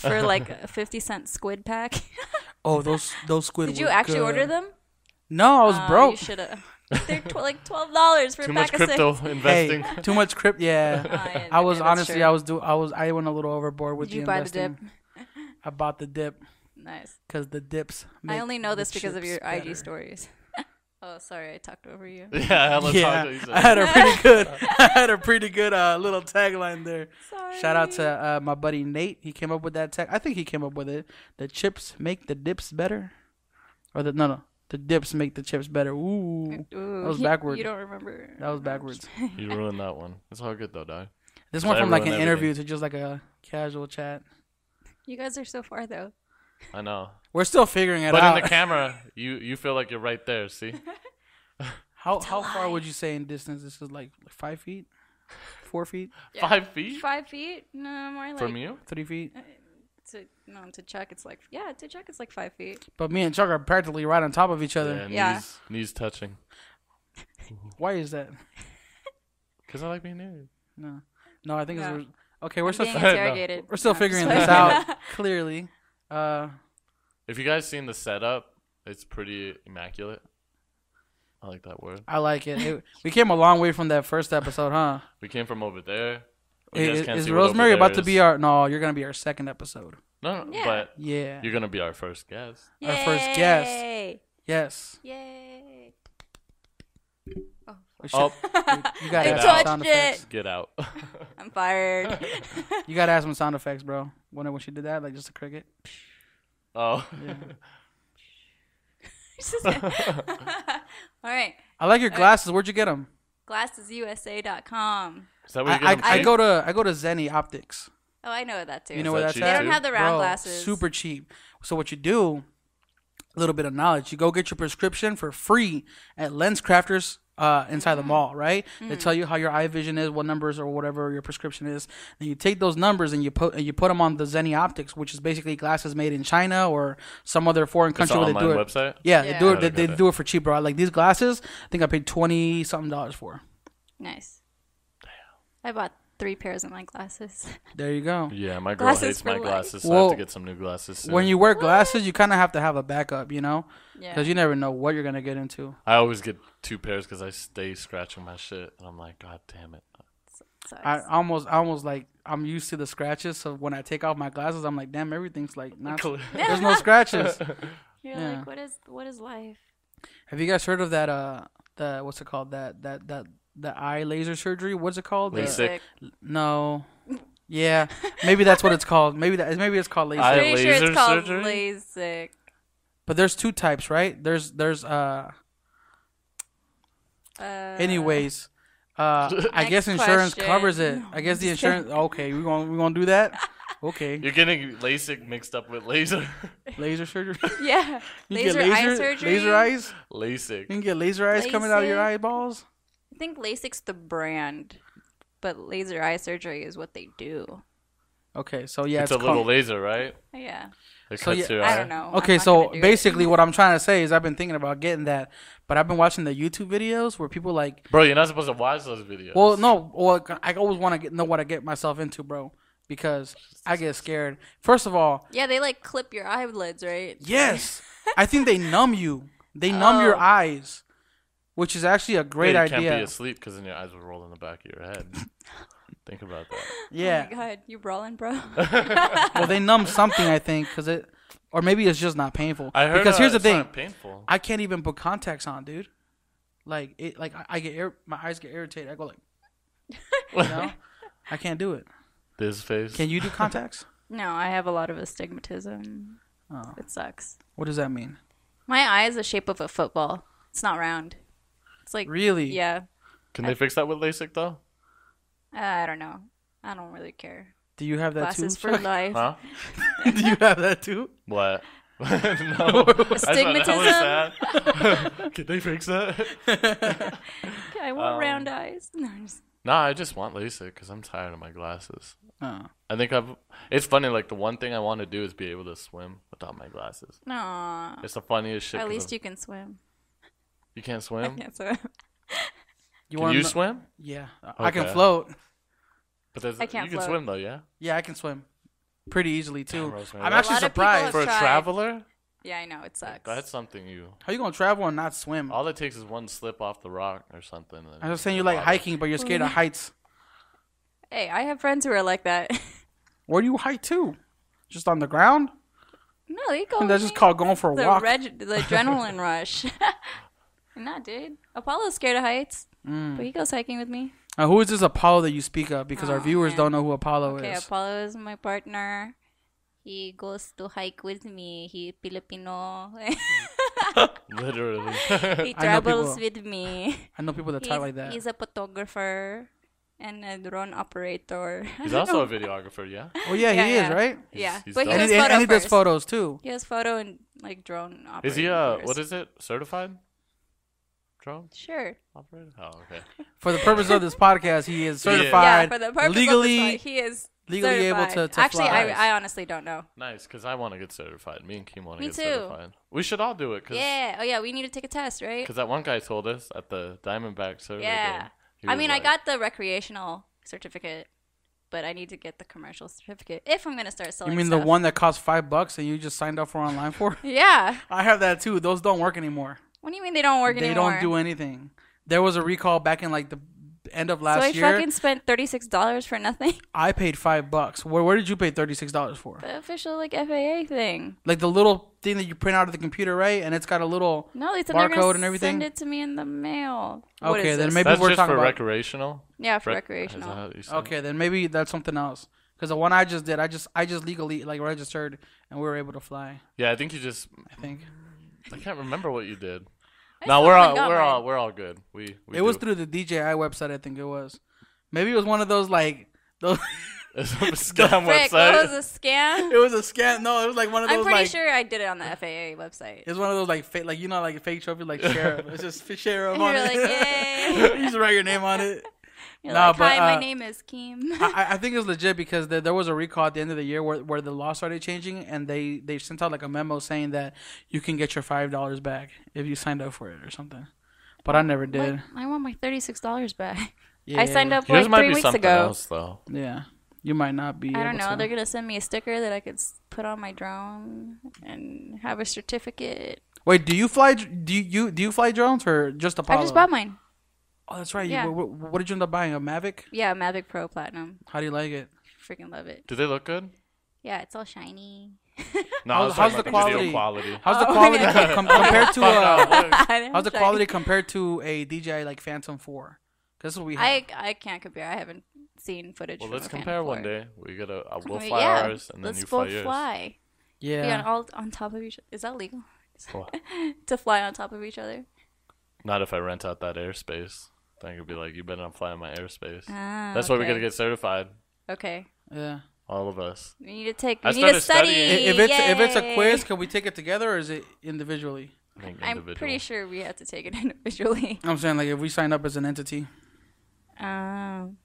[SPEAKER 5] for like a fifty cent squid pack.
[SPEAKER 3] Oh, those those squid.
[SPEAKER 5] Did you
[SPEAKER 3] were
[SPEAKER 5] actually
[SPEAKER 3] good.
[SPEAKER 5] order them?
[SPEAKER 3] No, I was
[SPEAKER 5] Uh,
[SPEAKER 3] broke.
[SPEAKER 5] You should have. They're tw- like twelve dollars for
[SPEAKER 4] Too
[SPEAKER 5] a
[SPEAKER 4] much
[SPEAKER 5] pack of
[SPEAKER 4] crypto
[SPEAKER 5] six.
[SPEAKER 4] investing.
[SPEAKER 3] Hey, too much crypt. Yeah.
[SPEAKER 5] yeah,
[SPEAKER 3] I was
[SPEAKER 5] Oh, okay, that's
[SPEAKER 3] honestly,
[SPEAKER 5] true.
[SPEAKER 3] I was do, I was, I went a little overboard with
[SPEAKER 5] Did you
[SPEAKER 3] the
[SPEAKER 5] buy
[SPEAKER 3] investing.
[SPEAKER 5] the dip?
[SPEAKER 3] I bought the dip
[SPEAKER 5] Nice.
[SPEAKER 3] because the dips.
[SPEAKER 5] I
[SPEAKER 3] make
[SPEAKER 5] only know
[SPEAKER 3] the
[SPEAKER 5] this because of
[SPEAKER 3] chips
[SPEAKER 5] your
[SPEAKER 3] better.
[SPEAKER 5] IG stories. oh, sorry, I talked over you.
[SPEAKER 4] Yeah, hella
[SPEAKER 3] Yeah,
[SPEAKER 4] talk-
[SPEAKER 3] I had a pretty good, I had a pretty good uh, little tagline there.
[SPEAKER 5] Sorry.
[SPEAKER 3] Shout out to uh, my buddy Nate. He came up with that tag. I think he came up with it. The chips make the dips better, or the no no, the dips make the chips better. Ooh,
[SPEAKER 5] Ooh,
[SPEAKER 3] that was
[SPEAKER 5] you-
[SPEAKER 3] backward.
[SPEAKER 5] You don't remember.
[SPEAKER 3] that was backwards.
[SPEAKER 4] You ruined that one. It's all good though, dog.
[SPEAKER 3] This
[SPEAKER 4] So
[SPEAKER 3] went
[SPEAKER 4] I
[SPEAKER 3] from like an
[SPEAKER 4] ruined
[SPEAKER 3] interview to just like a casual chat.
[SPEAKER 5] You guys are so far though.
[SPEAKER 4] I know.
[SPEAKER 3] We're still figuring it
[SPEAKER 4] But
[SPEAKER 3] out.
[SPEAKER 4] in the camera, you you feel like you're right there. See,
[SPEAKER 3] How how far would you say in distance? This is like five feet, four feet,
[SPEAKER 4] five feet
[SPEAKER 5] Five feet? No, more like.
[SPEAKER 4] from you.
[SPEAKER 3] three feet.
[SPEAKER 5] To, no, to Chuck, it's like yeah. To Chuck, it's like five feet.
[SPEAKER 3] But me and Chuck are practically right on top of each other.
[SPEAKER 4] Yeah,
[SPEAKER 5] Yeah.
[SPEAKER 4] Knees, knees touching.
[SPEAKER 3] Why is that?
[SPEAKER 4] Cause I like being near you.
[SPEAKER 3] No, no, I think
[SPEAKER 5] No.
[SPEAKER 3] it's okay. We're
[SPEAKER 5] I'm
[SPEAKER 3] still
[SPEAKER 5] being
[SPEAKER 4] No.
[SPEAKER 5] interrogated.
[SPEAKER 3] we're still
[SPEAKER 5] No, I'm just
[SPEAKER 3] figuring
[SPEAKER 5] like-
[SPEAKER 3] this out. Clearly, uh,
[SPEAKER 4] If you guys seen the setup, it's pretty immaculate. I like that word.
[SPEAKER 3] I like it. It- We came a long way from that first episode, huh?
[SPEAKER 4] We came from over there. You guys
[SPEAKER 3] Is,
[SPEAKER 4] can't
[SPEAKER 3] is
[SPEAKER 4] see what over
[SPEAKER 3] Rosemary
[SPEAKER 4] there
[SPEAKER 3] about to
[SPEAKER 4] is.
[SPEAKER 3] be our? No, you're gonna be our second episode.
[SPEAKER 4] No, no
[SPEAKER 5] Yeah.
[SPEAKER 4] but
[SPEAKER 3] Yeah.
[SPEAKER 4] you're gonna be our first guest.
[SPEAKER 3] Our first guest.
[SPEAKER 5] Yay!
[SPEAKER 3] yes.
[SPEAKER 5] Yay!
[SPEAKER 3] We
[SPEAKER 4] Oh,
[SPEAKER 3] should- you gotta
[SPEAKER 4] I
[SPEAKER 3] add some
[SPEAKER 5] touched
[SPEAKER 3] sound
[SPEAKER 5] it.
[SPEAKER 3] effects.
[SPEAKER 4] get out.
[SPEAKER 5] I'm fired.
[SPEAKER 3] You gotta add some sound effects, bro. Wonder when she did that, like just a cricket.
[SPEAKER 4] oh,
[SPEAKER 5] All right.
[SPEAKER 3] I like
[SPEAKER 5] Uh,
[SPEAKER 3] your glasses. Where'd you get them?
[SPEAKER 5] GlassesUSA.com.
[SPEAKER 4] is that where you
[SPEAKER 3] I,
[SPEAKER 4] get
[SPEAKER 3] I, I go to I go to Zenny Optics.
[SPEAKER 5] Oh, I know that too.
[SPEAKER 3] You know
[SPEAKER 4] Is
[SPEAKER 3] where
[SPEAKER 4] that
[SPEAKER 3] that's
[SPEAKER 4] cheap
[SPEAKER 3] at?
[SPEAKER 4] They don't have
[SPEAKER 5] the round
[SPEAKER 3] Bro,
[SPEAKER 5] glasses.
[SPEAKER 3] Super cheap. So what you do, a little bit of knowledge. You go get your prescription for free at Lens Crafters uh, inside the mall, right? They tell you how your eye vision is, what numbers or whatever your prescription is. Then you take those numbers and you put and you put them on the Zenny Optics, which is basically glasses made in China or some other foreign country
[SPEAKER 4] an
[SPEAKER 3] where they do it.
[SPEAKER 4] online website?
[SPEAKER 3] Yeah, they
[SPEAKER 5] Yeah.
[SPEAKER 3] do
[SPEAKER 5] Oh,
[SPEAKER 3] it. They,
[SPEAKER 4] okay,
[SPEAKER 3] they
[SPEAKER 4] okay.
[SPEAKER 3] do it for cheap, bro. Like these glasses, I think I paid twenty something dollars for.
[SPEAKER 5] Nice. I bought three pairs of my glasses.
[SPEAKER 3] There you go.
[SPEAKER 4] Yeah, my girl
[SPEAKER 5] Glasses
[SPEAKER 4] hates
[SPEAKER 5] for
[SPEAKER 4] my
[SPEAKER 5] life.
[SPEAKER 4] glasses, so I
[SPEAKER 3] Well,
[SPEAKER 4] have to get some new glasses. Soon.
[SPEAKER 3] When you wear glasses, you kind of have to have a backup, you know,
[SPEAKER 5] Yeah.
[SPEAKER 3] because you never know what you're gonna get into.
[SPEAKER 4] I always get two pairs because I stay scratching my shit, and I'm like, God damn it.
[SPEAKER 5] Sucks.
[SPEAKER 3] I almost, I almost like I'm used to the scratches. So when I take off my glasses, I'm like, damn, everything's like not. There's no scratches.
[SPEAKER 5] You're
[SPEAKER 3] yeah.
[SPEAKER 5] like, what is what is life?
[SPEAKER 3] Have you guys heard of that? Uh, the what's it called? That that that the eye laser surgery. What's it called? The-
[SPEAKER 4] LASIK. Sick.
[SPEAKER 3] no. Yeah, maybe that's what it's called. Maybe that maybe it's called laser.
[SPEAKER 4] Eye
[SPEAKER 5] Pretty sure
[SPEAKER 4] laser
[SPEAKER 5] it's called
[SPEAKER 4] surgery?
[SPEAKER 5] LASIK.
[SPEAKER 3] but there's two types, right? There's there's uh.
[SPEAKER 5] Uh,
[SPEAKER 3] Anyways, uh, I guess
[SPEAKER 5] Next
[SPEAKER 3] insurance
[SPEAKER 5] question.
[SPEAKER 3] covers it.
[SPEAKER 5] No,
[SPEAKER 3] I guess the insurance. Okay, we gonna we gonna do that. Okay,
[SPEAKER 4] You're getting LASIK mixed up with laser.
[SPEAKER 3] laser surgery.
[SPEAKER 5] yeah, laser, eye surgery.
[SPEAKER 3] Laser eyes. You
[SPEAKER 4] LASIK.
[SPEAKER 3] can get laser eyes coming out of your
[SPEAKER 5] LASIK.
[SPEAKER 3] eyeballs.
[SPEAKER 5] I think LASIK's the brand, but laser eye surgery is what they do.
[SPEAKER 3] Okay, so yeah,
[SPEAKER 4] It's a little
[SPEAKER 3] called-
[SPEAKER 4] laser, right?
[SPEAKER 5] Yeah,
[SPEAKER 4] It
[SPEAKER 3] So,
[SPEAKER 4] cuts
[SPEAKER 3] yeah,
[SPEAKER 4] your
[SPEAKER 5] I
[SPEAKER 4] eye.
[SPEAKER 5] don't know.
[SPEAKER 3] Okay,
[SPEAKER 5] Oh, I'm not
[SPEAKER 3] so
[SPEAKER 5] gonna do it.
[SPEAKER 3] basically, what I'm trying to say is I've been thinking about getting that, but I've been watching the YouTube videos where people like,
[SPEAKER 4] Bro, you're not supposed to watch those videos.
[SPEAKER 3] well, no, well, I always want to get know what I get myself into, bro, because I get scared. First of all,
[SPEAKER 5] yeah, they like clip your eyelids, right?
[SPEAKER 3] Yes. I think they numb you. They numb your
[SPEAKER 5] Oh.
[SPEAKER 3] eyes, which is actually a
[SPEAKER 4] Yeah,
[SPEAKER 3] great
[SPEAKER 4] you
[SPEAKER 3] idea.
[SPEAKER 4] can't be asleep because then your eyes will roll in the back of your head. Think about that.
[SPEAKER 3] yeah.
[SPEAKER 5] Oh my god, you brawling, bro.
[SPEAKER 3] well, they numb something, I think, because it, or maybe it's just not painful.
[SPEAKER 4] I heard
[SPEAKER 3] because here's
[SPEAKER 4] uh,
[SPEAKER 3] the
[SPEAKER 4] it's not
[SPEAKER 3] thing,
[SPEAKER 4] painful.
[SPEAKER 3] I can't even put contacts on, dude. Like it, like I, I get ir- my eyes get irritated. I go like, you know, I can't do it.
[SPEAKER 4] This face.
[SPEAKER 3] Can you do contacts?
[SPEAKER 5] no, I have a lot of astigmatism.
[SPEAKER 3] Oh.
[SPEAKER 5] It sucks.
[SPEAKER 3] What does that mean?
[SPEAKER 5] My eye is the shape of a football. It's not round. It's like
[SPEAKER 3] Really?
[SPEAKER 5] yeah.
[SPEAKER 4] Can they fix that with LASIK though?
[SPEAKER 5] Uh, I don't know. I don't really care.
[SPEAKER 3] Do you have that
[SPEAKER 5] Glasses
[SPEAKER 3] too?
[SPEAKER 5] for life.
[SPEAKER 4] Huh?
[SPEAKER 3] do you have that too?
[SPEAKER 4] What? no. That's what I was
[SPEAKER 5] Astigmatism?
[SPEAKER 4] at. Can they fix that?
[SPEAKER 5] I want round eyes. No, I'm just-
[SPEAKER 4] No, I just want LASIK because I'm tired of my glasses.
[SPEAKER 3] Uh,
[SPEAKER 4] I think I've. It's funny. Like the one thing I want to do is be able to swim without my glasses.
[SPEAKER 5] No.
[SPEAKER 4] It's the funniest shit.
[SPEAKER 5] At
[SPEAKER 4] 'cause
[SPEAKER 5] least
[SPEAKER 4] I'm-
[SPEAKER 5] you can swim.
[SPEAKER 4] you can't
[SPEAKER 5] I
[SPEAKER 3] Hmm.
[SPEAKER 4] swim.
[SPEAKER 5] can't swim.
[SPEAKER 3] you
[SPEAKER 4] Can
[SPEAKER 3] wanna
[SPEAKER 4] you
[SPEAKER 3] kno-
[SPEAKER 4] swim?
[SPEAKER 3] Yeah, I can
[SPEAKER 4] Okay.
[SPEAKER 3] float.
[SPEAKER 4] But there's,
[SPEAKER 5] I can't
[SPEAKER 4] you can
[SPEAKER 5] float.
[SPEAKER 4] swim though, yeah.
[SPEAKER 3] Yeah, I can swim pretty easily too.
[SPEAKER 4] Rosemary,
[SPEAKER 3] I'm
[SPEAKER 4] that-
[SPEAKER 3] actually
[SPEAKER 5] A lot of people
[SPEAKER 3] surprised.
[SPEAKER 4] For a
[SPEAKER 5] Try.
[SPEAKER 4] traveler,
[SPEAKER 5] Yeah, I know. It sucks.
[SPEAKER 4] that's something you.
[SPEAKER 3] How you gonna travel and not swim?
[SPEAKER 4] All it takes is one slip off the rock or something. and
[SPEAKER 3] I'm
[SPEAKER 4] it's
[SPEAKER 3] just saying
[SPEAKER 4] in
[SPEAKER 3] you
[SPEAKER 4] the
[SPEAKER 3] like
[SPEAKER 4] water.
[SPEAKER 3] hiking, but you're scared of heights.
[SPEAKER 5] Hey, I have friends who are like that.
[SPEAKER 3] Where do you hike to? Just on the ground?
[SPEAKER 5] no, you go.
[SPEAKER 3] That's
[SPEAKER 5] with
[SPEAKER 3] just
[SPEAKER 5] me.
[SPEAKER 3] called going for a
[SPEAKER 5] Oh, the,
[SPEAKER 3] walk.
[SPEAKER 5] reg- the adrenaline rush. nah, dude. Apollo's scared of heights,
[SPEAKER 3] Hmm.
[SPEAKER 5] but he goes hiking with me.
[SPEAKER 3] Now, who is this Apollo that you speak of? Because our
[SPEAKER 5] Oh,
[SPEAKER 3] viewers
[SPEAKER 5] man.
[SPEAKER 3] don't know who Apollo
[SPEAKER 5] Okay,
[SPEAKER 3] is.
[SPEAKER 5] Apollo is my partner. He goes to hike with me. He Filipino.
[SPEAKER 4] Literally.
[SPEAKER 5] he
[SPEAKER 3] I know people-
[SPEAKER 5] travels with me.
[SPEAKER 3] I know people that
[SPEAKER 5] He's,
[SPEAKER 3] talk like that.
[SPEAKER 5] he's a photographer and a drone operator.
[SPEAKER 4] He's also a videographer, yeah.
[SPEAKER 3] Oh yeah,
[SPEAKER 5] Yeah,
[SPEAKER 3] he is
[SPEAKER 5] yeah.
[SPEAKER 3] right.
[SPEAKER 5] yeah,
[SPEAKER 4] he's
[SPEAKER 5] but he
[SPEAKER 4] done-
[SPEAKER 3] And,
[SPEAKER 5] does
[SPEAKER 3] he, and
[SPEAKER 5] photo
[SPEAKER 3] he does
[SPEAKER 5] first.
[SPEAKER 3] photos too.
[SPEAKER 5] He has photo and like drone operator.
[SPEAKER 4] Is he uh
[SPEAKER 5] first.
[SPEAKER 4] what is it? Certified drone
[SPEAKER 5] Sure.
[SPEAKER 4] operator? Oh, okay.
[SPEAKER 3] For the purpose of this podcast, he is
[SPEAKER 5] Yeah,
[SPEAKER 3] certified
[SPEAKER 5] for the purpose
[SPEAKER 3] legally.
[SPEAKER 5] of this, one, he is
[SPEAKER 3] legally able
[SPEAKER 5] certified.
[SPEAKER 3] to- to
[SPEAKER 5] Actually,
[SPEAKER 3] fly.
[SPEAKER 5] I, I honestly don't know.
[SPEAKER 4] Nice, because I want to get certified. Me and Kim want to
[SPEAKER 5] Me
[SPEAKER 4] get
[SPEAKER 5] too.
[SPEAKER 4] certified. We should all do it, cause
[SPEAKER 5] Yeah. Oh yeah, we need to take a test, right?
[SPEAKER 4] 'cause that one guy told us at the Diamondback survey.
[SPEAKER 5] Yeah.
[SPEAKER 4] game, he
[SPEAKER 5] I
[SPEAKER 4] was
[SPEAKER 5] mean,
[SPEAKER 4] like-
[SPEAKER 5] I got the recreational certificate, but I need to get the commercial certificate if I'm gonna start
[SPEAKER 3] you
[SPEAKER 5] selling.
[SPEAKER 3] mean the
[SPEAKER 5] stuff.
[SPEAKER 3] one that costs five bucks and you just signed up for online for?
[SPEAKER 5] Yeah.
[SPEAKER 3] I have that too. Those don't work anymore.
[SPEAKER 5] What do you mean they don't work
[SPEAKER 3] they
[SPEAKER 5] anymore?
[SPEAKER 3] don't do anything. There was a recall back in like the end of
[SPEAKER 5] So
[SPEAKER 3] last
[SPEAKER 5] I
[SPEAKER 3] year.
[SPEAKER 5] fucking spent thirty six dollars for nothing.
[SPEAKER 3] I paid five bucks. Where, where did you pay thirty six dollars for?
[SPEAKER 5] The official like FAA thing.
[SPEAKER 3] Like the little thing that you print out of the computer, right? And it's got a little
[SPEAKER 5] No, they said they're
[SPEAKER 3] Barcode
[SPEAKER 5] gonna
[SPEAKER 3] and everything?
[SPEAKER 5] send it to me in the mail. What
[SPEAKER 3] Okay,
[SPEAKER 5] is
[SPEAKER 3] then
[SPEAKER 5] this?
[SPEAKER 3] maybe-
[SPEAKER 4] That's
[SPEAKER 3] we're
[SPEAKER 4] just
[SPEAKER 3] talking
[SPEAKER 4] for
[SPEAKER 3] about-
[SPEAKER 4] recreational.
[SPEAKER 5] Yeah, for
[SPEAKER 4] Rec-
[SPEAKER 5] recreational.
[SPEAKER 4] is that how you say it?
[SPEAKER 3] Okay, then maybe that's something else. Because the one I just did, I just I just legally like registered and we were able to fly.
[SPEAKER 4] Yeah, I think you just.
[SPEAKER 3] I think
[SPEAKER 4] I can't remember what you did.
[SPEAKER 5] I
[SPEAKER 4] No,
[SPEAKER 5] still
[SPEAKER 4] we're all
[SPEAKER 5] haven't got
[SPEAKER 4] we're
[SPEAKER 5] mine.
[SPEAKER 4] all we're all good. We, we
[SPEAKER 3] it was
[SPEAKER 4] do.
[SPEAKER 3] through the DJI website. I think it was. Maybe it was one of those like those.
[SPEAKER 4] It's from a scam
[SPEAKER 5] Frick,
[SPEAKER 4] website.
[SPEAKER 5] what was a scam?
[SPEAKER 3] it was a scam. No, it was like one of those
[SPEAKER 5] I'm pretty
[SPEAKER 3] like.
[SPEAKER 5] sure I did it on the FAA website.
[SPEAKER 3] It's one of those like fake, like you know, like fake trophy, like sheriff. It's just f- sheriff
[SPEAKER 5] And
[SPEAKER 3] on
[SPEAKER 5] you're like,
[SPEAKER 3] it.
[SPEAKER 5] yay.
[SPEAKER 3] you just write your name on it.
[SPEAKER 5] You're
[SPEAKER 3] Nah,
[SPEAKER 5] like,
[SPEAKER 3] but,
[SPEAKER 5] hi,
[SPEAKER 3] uh,
[SPEAKER 5] my name is Kim.
[SPEAKER 3] I, I think it's legit because there, there was a recall at the end of the year where, where the law started changing, and they they sent out like a memo saying that you can get your five dollars back if you signed up for it or something. But I never did.
[SPEAKER 5] Like, I want my thirty-six dollars back.
[SPEAKER 3] Yeah.
[SPEAKER 5] I signed up
[SPEAKER 4] Yours
[SPEAKER 5] like
[SPEAKER 4] might
[SPEAKER 5] three
[SPEAKER 4] be
[SPEAKER 5] weeks
[SPEAKER 4] something
[SPEAKER 5] ago.
[SPEAKER 4] else though.
[SPEAKER 3] Yeah, you might not be.
[SPEAKER 5] I don't
[SPEAKER 3] able
[SPEAKER 5] know.
[SPEAKER 3] to.
[SPEAKER 5] They're gonna send me a sticker that I could s- put on my drone and have a certificate.
[SPEAKER 3] Wait, do you fly? dr- Do you, you do you fly drones or just Apollo?
[SPEAKER 5] I just bought mine.
[SPEAKER 3] Oh, that's right.
[SPEAKER 5] Yeah.
[SPEAKER 3] You, what, what did you end up buying? A Mavic?
[SPEAKER 5] Yeah, Mavic Pro Platinum.
[SPEAKER 3] How do you like it?
[SPEAKER 5] Freaking love it.
[SPEAKER 4] Do they look good?
[SPEAKER 5] Yeah, it's all shiny.
[SPEAKER 4] No,
[SPEAKER 3] How's-
[SPEAKER 4] I was talking
[SPEAKER 3] how's the
[SPEAKER 4] about
[SPEAKER 3] quality?
[SPEAKER 4] video quality.
[SPEAKER 3] How's the
[SPEAKER 5] Oh,
[SPEAKER 3] quality com-
[SPEAKER 5] yeah.
[SPEAKER 3] com- compared to a, How's
[SPEAKER 5] How's
[SPEAKER 3] the quality compared to a DJI like Phantom Four? 'Cause This is what we have.
[SPEAKER 5] I I can't compare. I haven't seen footage.
[SPEAKER 4] Well,
[SPEAKER 5] from
[SPEAKER 4] let's
[SPEAKER 5] a Phantom
[SPEAKER 4] compare one
[SPEAKER 5] 4.
[SPEAKER 4] day. We gotta. Uh, we'll
[SPEAKER 5] Okay,
[SPEAKER 4] fly
[SPEAKER 5] yeah,
[SPEAKER 4] ours, and then
[SPEAKER 5] let's
[SPEAKER 4] you fly
[SPEAKER 5] both
[SPEAKER 4] yours.
[SPEAKER 5] fly.
[SPEAKER 3] yeah.
[SPEAKER 5] Be on all on top of each. Is that legal?
[SPEAKER 4] Well,
[SPEAKER 5] to fly on top of each other.
[SPEAKER 4] not if I rent out that airspace. Then I could be like, "You better not fly in my airspace."
[SPEAKER 5] Ah,
[SPEAKER 4] That's why we gotta
[SPEAKER 5] okay.
[SPEAKER 4] get certified,
[SPEAKER 5] Okay,
[SPEAKER 3] yeah.
[SPEAKER 4] all of us.
[SPEAKER 5] we need to take.
[SPEAKER 4] I
[SPEAKER 5] We need to
[SPEAKER 4] started
[SPEAKER 5] study.
[SPEAKER 3] I-
[SPEAKER 4] studying.
[SPEAKER 3] If it's if it's a
[SPEAKER 5] Yay.
[SPEAKER 3] quiz, can we take it together or is it individually?
[SPEAKER 4] I think
[SPEAKER 5] I'm
[SPEAKER 4] individual.
[SPEAKER 5] pretty sure we have to take it individually.
[SPEAKER 3] I'm saying like if we sign up as an entity.
[SPEAKER 5] Um,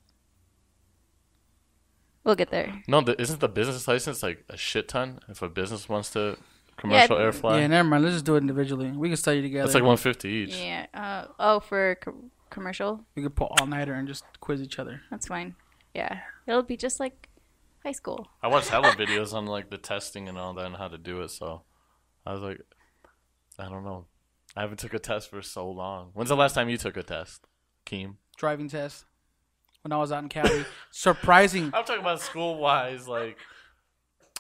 [SPEAKER 5] we'll get there.
[SPEAKER 4] No, the, isn't the business license like a shit ton? If a business wants to commercial air fly,
[SPEAKER 3] Yeah, never mind. Let's just do it individually. We can study together.
[SPEAKER 4] that's like 150 each.
[SPEAKER 5] Yeah. Uh, oh, for co- commercial,
[SPEAKER 3] we could pull all nighter and just quiz each other.
[SPEAKER 5] that's fine. Yeah, it'll be just like high school.
[SPEAKER 4] I watched hella videos on like the testing and all that and how to do it. So I was like, I don't know. I haven't took a test for so long. When's the last time you took a test, Keem?
[SPEAKER 3] Driving test. When I was out in Cali, surprising.
[SPEAKER 4] I'm talking about school wise. Like,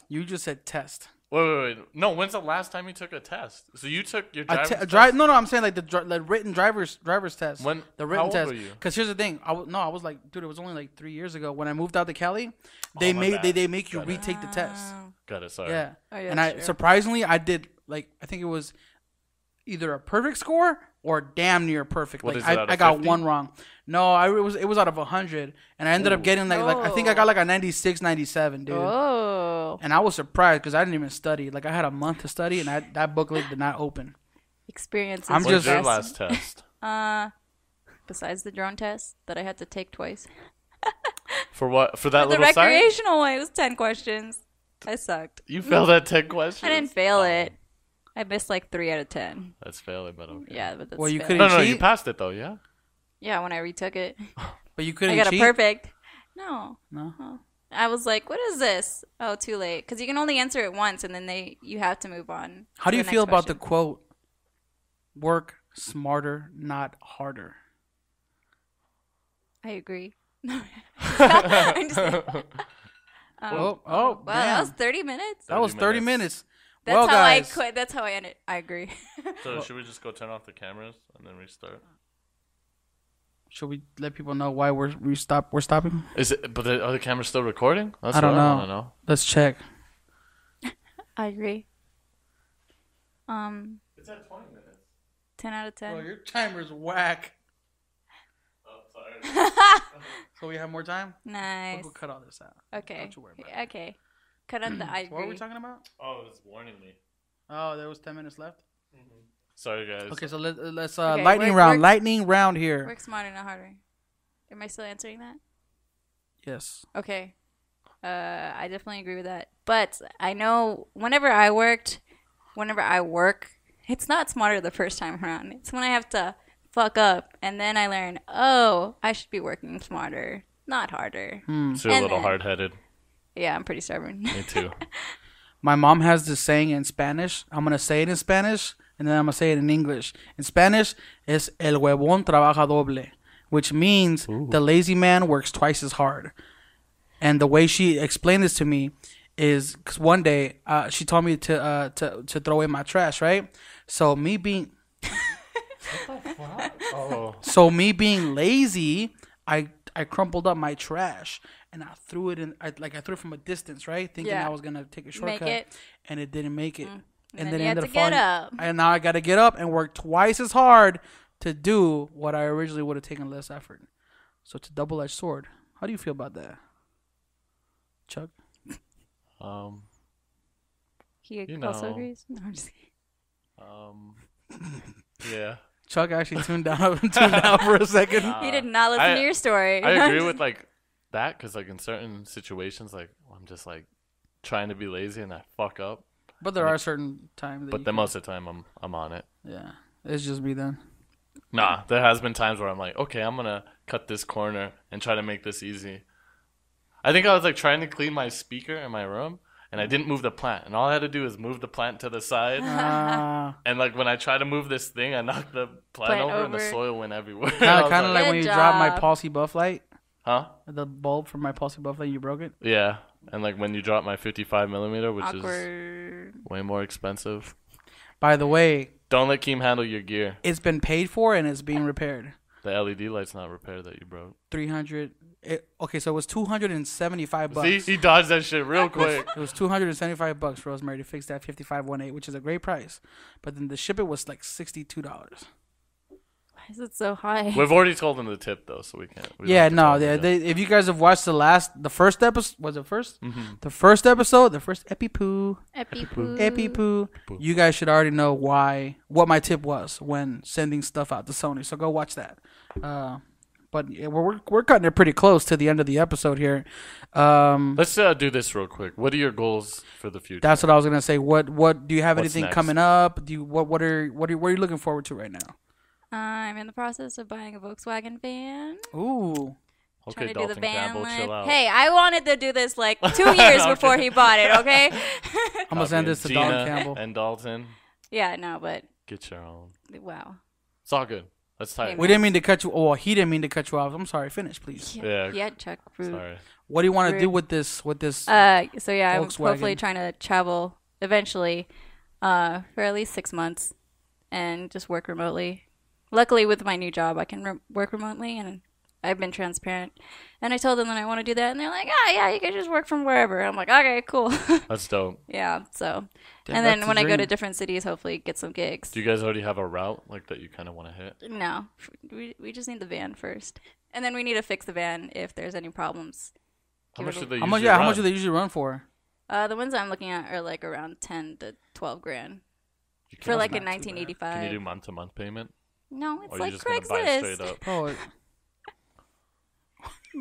[SPEAKER 3] You just said test.
[SPEAKER 4] wait, wait, wait. No, when's the last time you took a test? So you took your
[SPEAKER 3] A
[SPEAKER 4] driving
[SPEAKER 3] te- a
[SPEAKER 4] test?
[SPEAKER 3] drive? No, no. I'm saying like the, dri- the written driver's driver's test.
[SPEAKER 4] When-
[SPEAKER 3] the
[SPEAKER 4] how
[SPEAKER 3] written
[SPEAKER 4] old
[SPEAKER 3] test.
[SPEAKER 4] were you?
[SPEAKER 3] Because here's the thing. I was no. I was like, dude. It was only like three years ago when I moved out to Cali. They
[SPEAKER 4] Oh, my
[SPEAKER 3] made they,
[SPEAKER 4] bad.
[SPEAKER 3] they make you
[SPEAKER 4] Got it.
[SPEAKER 3] retake the test.
[SPEAKER 4] Got it. Sorry.
[SPEAKER 3] Yeah.
[SPEAKER 5] Ah. Oh, yeah,
[SPEAKER 3] and I
[SPEAKER 5] sure.
[SPEAKER 3] surprisingly I did like I think it was either a perfect score or damn near perfect.
[SPEAKER 4] What
[SPEAKER 3] like
[SPEAKER 4] is it,
[SPEAKER 3] I,
[SPEAKER 4] out of
[SPEAKER 3] I got
[SPEAKER 4] 50?
[SPEAKER 3] one wrong. No, I it was it was out of 100 and I ended up getting like like I think I got like a 96 97, dude.
[SPEAKER 5] Oh,
[SPEAKER 3] And I was surprised cuz I didn't even study. Like I had a month to study and I, that booklet did not open.
[SPEAKER 5] experiences.
[SPEAKER 3] I'm
[SPEAKER 5] are
[SPEAKER 3] just-
[SPEAKER 4] When's your
[SPEAKER 5] best.
[SPEAKER 4] last test?
[SPEAKER 5] Uh, besides the drone test that I had to take twice.
[SPEAKER 4] For what? For that
[SPEAKER 5] the
[SPEAKER 4] little site?
[SPEAKER 5] recreational one, it was 10 questions. I sucked.
[SPEAKER 4] You failed that 10 questions?
[SPEAKER 5] I didn't fail it. I missed like three out of 10.
[SPEAKER 4] That's failing, but okay.
[SPEAKER 5] Yeah, but that's
[SPEAKER 3] Well, you
[SPEAKER 5] fail.
[SPEAKER 3] couldn't-
[SPEAKER 4] No, no, you
[SPEAKER 3] cheat?
[SPEAKER 4] passed it though, yeah?
[SPEAKER 5] Yeah, when I retook it,
[SPEAKER 3] But you
[SPEAKER 5] I
[SPEAKER 3] couldn't
[SPEAKER 5] got
[SPEAKER 3] cheat.
[SPEAKER 5] a perfect. No.
[SPEAKER 3] No?
[SPEAKER 5] Oh. I was like, "What is this?" Oh, too late, because you can only answer it once, and then they you have to move on.
[SPEAKER 3] How do
[SPEAKER 5] to
[SPEAKER 3] you
[SPEAKER 5] the
[SPEAKER 3] feel
[SPEAKER 5] next
[SPEAKER 3] about the
[SPEAKER 5] question.
[SPEAKER 3] quote? Work smarter, not harder.
[SPEAKER 5] I agree. I'm just kidding.
[SPEAKER 3] oh, oh,
[SPEAKER 5] wow,
[SPEAKER 3] damn.
[SPEAKER 5] that was thirty minutes.
[SPEAKER 3] That was 30 minutes.
[SPEAKER 5] That's
[SPEAKER 3] well,
[SPEAKER 5] how
[SPEAKER 3] guys,
[SPEAKER 5] I quit. That's how I ended. I agree.
[SPEAKER 4] So should we just go turn off the cameras and then restart?
[SPEAKER 3] should we let people know why we're we stop we're stopping?
[SPEAKER 4] Is it? But the, are the cameras still recording? That's
[SPEAKER 3] I don't
[SPEAKER 4] what I
[SPEAKER 3] know.
[SPEAKER 4] want to know.
[SPEAKER 3] Let's check.
[SPEAKER 5] I agree. Um,
[SPEAKER 4] It's at 20 minutes.
[SPEAKER 5] ten out of ten.
[SPEAKER 3] your timer's whack.
[SPEAKER 4] Oh, sorry.
[SPEAKER 3] So we have more time.
[SPEAKER 5] nice.
[SPEAKER 3] We'll cut all this out.
[SPEAKER 5] Okay.
[SPEAKER 3] Don't you worry about
[SPEAKER 5] okay. Cut out the I agree.
[SPEAKER 3] What were we talking about?
[SPEAKER 4] oh, it's warning me.
[SPEAKER 3] Oh, there was 10 minutes left.
[SPEAKER 4] Sorry, guys.
[SPEAKER 3] Okay, so let, let's uh,
[SPEAKER 5] Okay,
[SPEAKER 3] lightning
[SPEAKER 5] work-
[SPEAKER 3] round.
[SPEAKER 5] work-
[SPEAKER 3] lightning round here.
[SPEAKER 5] Work smarter, not harder. Am I still answering that?
[SPEAKER 3] Yes.
[SPEAKER 5] Okay. Uh, I definitely agree with that. But I know whenever I worked, whenever I work, it's not smarter the first time around. It's when I have to fuck up and then I learn, oh, I should be working smarter, not harder.
[SPEAKER 4] So you're a
[SPEAKER 5] And
[SPEAKER 4] little
[SPEAKER 5] then-
[SPEAKER 4] hard headed.
[SPEAKER 5] Yeah, I'm pretty stubborn.
[SPEAKER 4] Me too.
[SPEAKER 3] My mom has this saying in Spanish. I'm gonna say it in Spanish, and then I'm gonna say it in English. In Spanish, it's el huevón trabaja doble, which means the lazy man works twice as hard. And the way she explained this to me is because one day uh, she told me to uh, to to throw away my trash, right? So me being
[SPEAKER 4] oh.
[SPEAKER 3] So me being lazy, I I crumpled up my trash and I threw it in. I, like I threw it from a distance, right? Thinking
[SPEAKER 5] Yeah.
[SPEAKER 3] I was gonna take a shortcut,
[SPEAKER 5] it. Mm.
[SPEAKER 3] and it didn't make it.
[SPEAKER 5] then you had to get up.
[SPEAKER 3] And now I got to get up and work twice as hard to do what I originally would have taken less effort. So it's a double edged sword. How do you feel about that, Chuck?
[SPEAKER 4] Um.
[SPEAKER 5] He
[SPEAKER 4] You
[SPEAKER 5] also
[SPEAKER 4] know.
[SPEAKER 5] agrees. No, I'm just kidding.
[SPEAKER 4] Um. Yeah.
[SPEAKER 3] Chuck actually tuned out tuned out for a second.
[SPEAKER 5] he did not listen
[SPEAKER 4] Uh, I-
[SPEAKER 5] to your story.
[SPEAKER 4] I agree with like that because like in certain situations, like I'm just like trying to be lazy and I fuck up.
[SPEAKER 3] But there are certain times. That
[SPEAKER 4] But
[SPEAKER 3] you
[SPEAKER 4] then most of the time, I'm I'm on it.
[SPEAKER 3] can- yeah, it's just me then.
[SPEAKER 4] Nah, there has been times where I'm like, okay, I'm gonna cut this corner and try to make this easy. I think I was like trying to clean my speaker in my room, and I didn't move the plant, and all I had to do is move the plant to the
[SPEAKER 5] Uh-huh.
[SPEAKER 4] side.
[SPEAKER 3] Uh,
[SPEAKER 4] and like when I tried to move this thing, I knocked the plant,
[SPEAKER 5] Plant
[SPEAKER 4] over, and the
[SPEAKER 5] over.
[SPEAKER 4] soil went everywhere. I
[SPEAKER 3] kind
[SPEAKER 4] was
[SPEAKER 3] of like,
[SPEAKER 5] Good
[SPEAKER 3] when you dropped my
[SPEAKER 5] job.
[SPEAKER 3] Palsy Buff light.
[SPEAKER 4] huh?
[SPEAKER 3] the bulb from my pulse buff that you broke it.
[SPEAKER 4] Yeah. And like when you drop my 55 millimeter, which is
[SPEAKER 5] Awkward.
[SPEAKER 4] way more expensive.
[SPEAKER 3] By the way,
[SPEAKER 4] Don't let Keem handle your gear.
[SPEAKER 3] it's been paid for and it's being repaired.
[SPEAKER 4] The LED light's not repaired that you broke.
[SPEAKER 3] Three hundred. Okay, so it was two hundred and seventy-five bucks.
[SPEAKER 4] See, he dodged that shit real quick.
[SPEAKER 3] It was two hundred and seventy-five bucks, Rosemary, to fix that fifty-five one eight, which is a great price. But then the ship it was like sixty-two dollars.
[SPEAKER 5] Why is it so high?
[SPEAKER 4] We've already told him the tip though, so we can't. we don't
[SPEAKER 3] Yeah,
[SPEAKER 4] have to
[SPEAKER 3] no,
[SPEAKER 4] tell him
[SPEAKER 3] they,
[SPEAKER 4] again.
[SPEAKER 3] they, if you guys have watched the last, the first episode was it 1st
[SPEAKER 4] Mm-hmm.
[SPEAKER 3] The first episode, the first epipoo,
[SPEAKER 5] Epi-poo.
[SPEAKER 3] epipoo. You guys should already know why what my tip was when sending stuff out to Sony. So go watch that. Uh, but yeah, we're we're- we're cutting it pretty close to the end of the episode here. Um,
[SPEAKER 4] Let's uh, do this real quick. What are your goals for the future?
[SPEAKER 3] that's what I was gonna say. What what do you have
[SPEAKER 4] What's
[SPEAKER 3] anything
[SPEAKER 4] next?
[SPEAKER 3] coming up? Do you what what are what are what are you looking forward to right now?
[SPEAKER 5] I'm in the process of buying a Volkswagen van.
[SPEAKER 3] Ooh,
[SPEAKER 4] okay,
[SPEAKER 5] trying to
[SPEAKER 4] Dalton
[SPEAKER 5] do the van
[SPEAKER 4] Campbell,
[SPEAKER 5] life.
[SPEAKER 4] chill out.
[SPEAKER 5] Hey, I wanted to do this like two years before he bought it. Okay.
[SPEAKER 3] I'm gonna send this to Don
[SPEAKER 4] Gina
[SPEAKER 3] Campbell.
[SPEAKER 4] and Dalton.
[SPEAKER 5] yeah, no, but
[SPEAKER 4] Get your own.
[SPEAKER 5] wow.
[SPEAKER 4] It's all good. That's tight.
[SPEAKER 5] Maybe.
[SPEAKER 3] We didn't mean to cut you. Oh, he didn't mean to cut you off. I'm sorry. Finish, please.
[SPEAKER 4] Yeah.
[SPEAKER 5] Yeah, Chuck. rude.
[SPEAKER 4] Sorry.
[SPEAKER 3] What do you want to do with this? With this?
[SPEAKER 5] Uh, so yeah, I'm
[SPEAKER 3] Volkswagen.
[SPEAKER 5] hopefully trying to travel eventually, uh, for at least six months, and just work remotely. Luckily, with my new job, I can re- work remotely, and I've been transparent. And I told them that I want to do that, and they're like, "Ah, yeah, you can just work from wherever." I'm like, "Okay, cool."
[SPEAKER 4] That's dope.
[SPEAKER 5] yeah. So,
[SPEAKER 3] Damn,
[SPEAKER 5] and
[SPEAKER 3] that's
[SPEAKER 5] then
[SPEAKER 3] the
[SPEAKER 5] when I go
[SPEAKER 3] dream.
[SPEAKER 5] to different cities, hopefully get some gigs.
[SPEAKER 4] Do you guys already have a route like that you kind of want to hit?
[SPEAKER 5] No, f- we, we just need the van first, and then we need to fix the van if there's any problems.
[SPEAKER 4] How
[SPEAKER 5] Give
[SPEAKER 4] much
[SPEAKER 5] it
[SPEAKER 4] do
[SPEAKER 5] a-
[SPEAKER 4] they?
[SPEAKER 3] how much?
[SPEAKER 4] usually
[SPEAKER 3] Yeah, how much do
[SPEAKER 4] run?
[SPEAKER 3] they usually run for?
[SPEAKER 5] Uh, the ones I'm looking at are like around ten to twelve grand
[SPEAKER 4] You
[SPEAKER 5] for
[SPEAKER 4] can't-
[SPEAKER 5] like a
[SPEAKER 3] not too bad.
[SPEAKER 5] nineteen eighty
[SPEAKER 4] Can you
[SPEAKER 5] five.
[SPEAKER 4] do month to month payment?
[SPEAKER 5] No, it's
[SPEAKER 4] Or you're
[SPEAKER 5] like
[SPEAKER 4] just gonna buy straight
[SPEAKER 5] Craigslist,
[SPEAKER 4] up.
[SPEAKER 3] Oh, where's